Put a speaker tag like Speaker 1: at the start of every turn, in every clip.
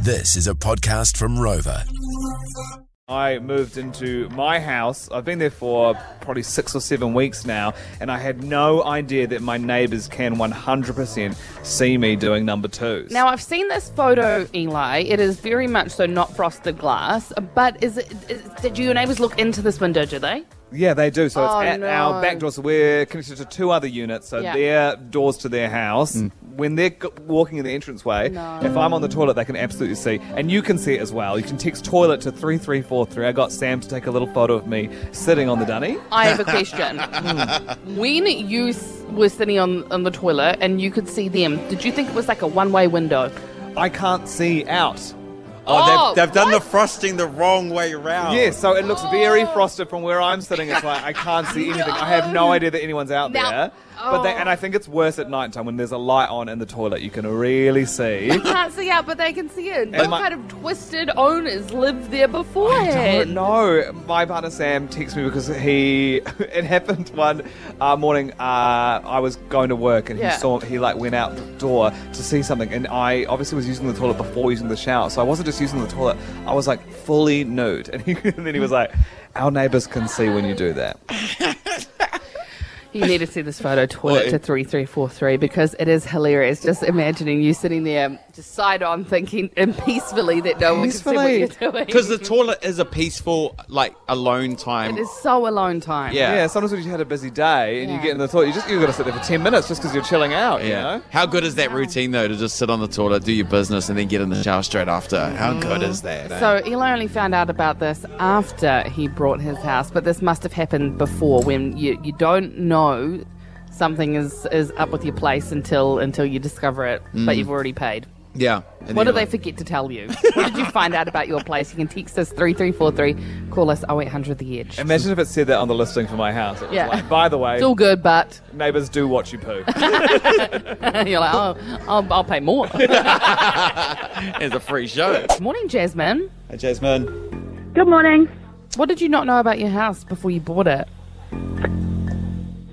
Speaker 1: This is a podcast from Rover.
Speaker 2: I moved into my house. I've been there for probably six or seven weeks now, and I had no idea that my neighbours can 100% see me doing number twos.
Speaker 3: Now I've seen this photo, Eli. It is very much so not frosted glass. But is it? Is, did your neighbours look into this window? Do they?
Speaker 2: yeah, they do. So it's
Speaker 3: Oh,
Speaker 2: at
Speaker 3: no.
Speaker 2: our back door. So we're connected to two other units. So
Speaker 3: Yeah.
Speaker 2: their doors to their house. When they're g- walking in the entranceway,
Speaker 3: No.
Speaker 2: if I'm on the toilet, they can absolutely see. And you can see it as well. You can text toilet to 3343. I got Sam to take a little photo of me sitting on the dunny.
Speaker 3: I have a question. Hmm. when you s- were sitting on on the toilet and you could see them, did you think it was like a one way window?
Speaker 2: I can't see out.
Speaker 3: Oh,
Speaker 4: they've, they've done the frosting the wrong way round.
Speaker 2: Yeah, so it looks very frosted from where I'm sitting. It's like I can't see anything. I have no idea that anyone's out
Speaker 3: Now- oh.
Speaker 2: there. But they, and I think it's worse at night time when there's a light on in the toilet. You can really see.
Speaker 3: Can't see out, but they can see in. What
Speaker 2: And my-
Speaker 3: kind of twisted owners lived there beforehand?
Speaker 2: Oh, no, my partner Sam texted me because he. It happened one uh, morning. Uh, I was going to work and
Speaker 3: Yeah.
Speaker 2: he saw he like went out the door to see something, and I obviously was using the toilet before using the shower, so I wasn't just using the toilet. I was like fully nude, and, he, and then he was like, "Our neighbours can see when you do that."
Speaker 3: You need to see this photo toilet to 3343 because it is hilarious. Just imagining you sitting there, just side on, thinking and peacefully that no one can see what you're doing.
Speaker 4: Because the toilet is a peaceful, like, alone time.
Speaker 3: It is so alone time.
Speaker 4: Yeah.
Speaker 2: Yeah, sometimes when you had a busy day and
Speaker 3: Yeah.
Speaker 2: you get in the toilet, you just you got to sit there for ten minutes just because you're chilling out. You know.
Speaker 4: How good is that routine, though, to just sit on the toilet, do your business, and then get in the shower straight after? How good is that? eh?
Speaker 3: So Eli only found out about this after he brought his house, but this must have happened before when you, you don't know something is, is up with your place until until you discover it, but you've already paid.
Speaker 4: Mm. yeah. And
Speaker 3: What
Speaker 4: then
Speaker 3: did they
Speaker 4: like-
Speaker 3: forget to tell you? what did you find out about your place? You can text us 3343, call us 0800 The Edge.
Speaker 2: Imagine if it said that on the listing for my house. It was
Speaker 3: Yeah.
Speaker 2: like, by the way,
Speaker 3: It's all good, but
Speaker 2: neighbours do watch you poo.
Speaker 3: you're like, oh, I'll, I'll pay more.
Speaker 4: It's a free show.
Speaker 3: Morning, Jasmine.
Speaker 4: Hey, Jasmine.
Speaker 5: Good morning.
Speaker 3: What did you not know about your house before you bought it?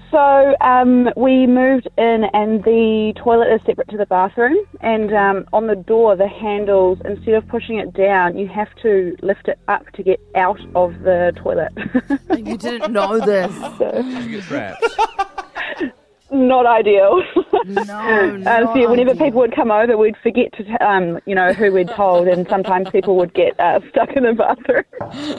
Speaker 5: So um, we moved in, and the toilet is separate to the bathroom. And um, on the door, the handles, instead of pushing it down, you have to lift it up to get out of the toilet.
Speaker 3: You didn't know this.
Speaker 2: you get trapped.
Speaker 5: Not ideal.
Speaker 3: No, no.
Speaker 5: um, so yeah, whenever
Speaker 3: idea.
Speaker 5: people would come over, we'd forget to, t- um, you know, who we'd told, and sometimes people would get uh, stuck in the bathroom.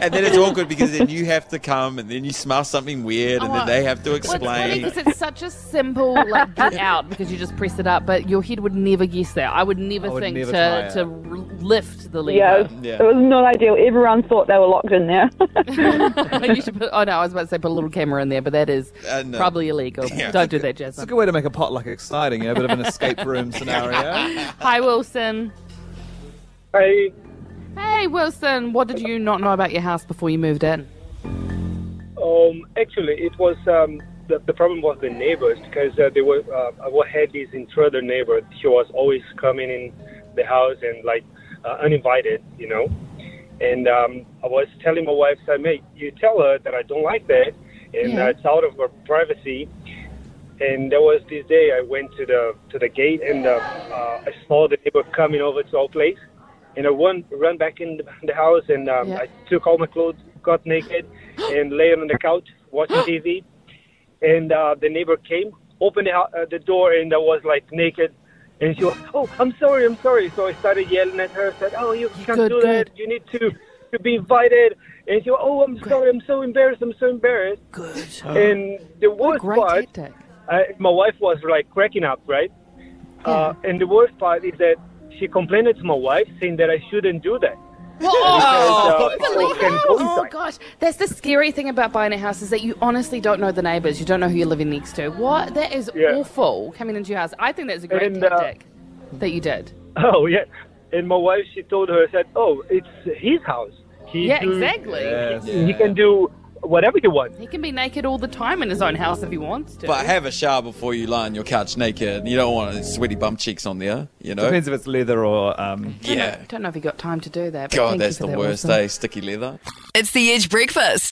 Speaker 4: And then it's awkward because then you have to come, and then you smell something weird, and
Speaker 3: Oh,
Speaker 4: then they have to
Speaker 3: Well, it's funny
Speaker 4: explain.
Speaker 3: because it's such a simple like get out because you just press it up, but your head would never guess that. I would never
Speaker 2: would
Speaker 3: think
Speaker 2: never try
Speaker 3: to
Speaker 2: it.
Speaker 3: to r- lift the
Speaker 5: Yeah, it
Speaker 3: lever.
Speaker 5: was,
Speaker 4: Yeah.
Speaker 5: it was not ideal. Everyone thought they were locked in there.
Speaker 3: you should put, oh no, I was about to say put a little camera in there, but that is
Speaker 4: Uh, no.
Speaker 3: probably illegal. Don't do that,
Speaker 2: It's a
Speaker 3: Jasmine.
Speaker 2: good way to make a potluck exciting, you know, a bit of an escape room scenario.
Speaker 3: Hi, Wilson.
Speaker 6: Hey,
Speaker 3: Hey, Wilson. What did you not know about your house before you moved in?
Speaker 6: um, actually, it was um, the, the problem was the neighbors because uh, they were uh, I had this intruder neighbor. He was always coming in the house and like uh, uninvited, you know. And um, I was telling my wife, "I mate, you tell her that I don't like that, and
Speaker 3: Yeah.
Speaker 6: uh, it's out of her privacy." And there was this day I went to the to the gate and uh, uh, I saw the neighbor coming over to our place, and I run run back in the, the house and um,
Speaker 3: Yeah.
Speaker 6: I took all my clothes, got naked, and lay on the couch watching TV. And uh, the neighbor came, opened the, hou- uh, the door, and I was like naked. And she was, oh, I'm sorry, I'm sorry. So I started yelling at her. Said, oh, you can't
Speaker 3: Good,
Speaker 6: do that. You need to to be invited. And she, was, oh, I'm sorry, I'm so embarrassed, I'm so embarrassed.
Speaker 3: Good.
Speaker 6: And the worst
Speaker 3: Uh-huh. Great
Speaker 6: part,
Speaker 3: tactic.
Speaker 6: I, my wife was like cracking up, right? Uh, and the worst part is that she complained to my wife saying that I shouldn't do that.
Speaker 3: Oh,
Speaker 6: Because, uh, people can go
Speaker 3: Oh
Speaker 6: inside.
Speaker 3: gosh, that's the scary thing about buying a house is that you honestly don't know the neighbours. You don't know who you're living next to. What? That is
Speaker 6: Yeah.
Speaker 3: awful. Coming into your house, I think that's a great
Speaker 6: And, uh,
Speaker 3: tactic that you did.
Speaker 6: Oh yeah, and my wife she told her said, "Oh, it's his house. He
Speaker 3: Yeah,
Speaker 6: do-
Speaker 3: exactly.
Speaker 2: Yes.
Speaker 6: He can do whatever he wants."
Speaker 3: He can be naked all the time in his own house if he wants to.
Speaker 4: But have a shower before you lie on your couch naked. You don't want sweaty bum cheeks on there, you know?
Speaker 2: Depends if it's leather or um,
Speaker 3: I don't know-
Speaker 4: Yeah.
Speaker 3: don't know if he got time to do that. but
Speaker 4: God,
Speaker 3: thank you
Speaker 4: that's
Speaker 3: for
Speaker 4: the
Speaker 3: that,
Speaker 4: worst,
Speaker 3: Wilson.
Speaker 4: eh? Sticky leather.
Speaker 7: It's the Edge Breakfast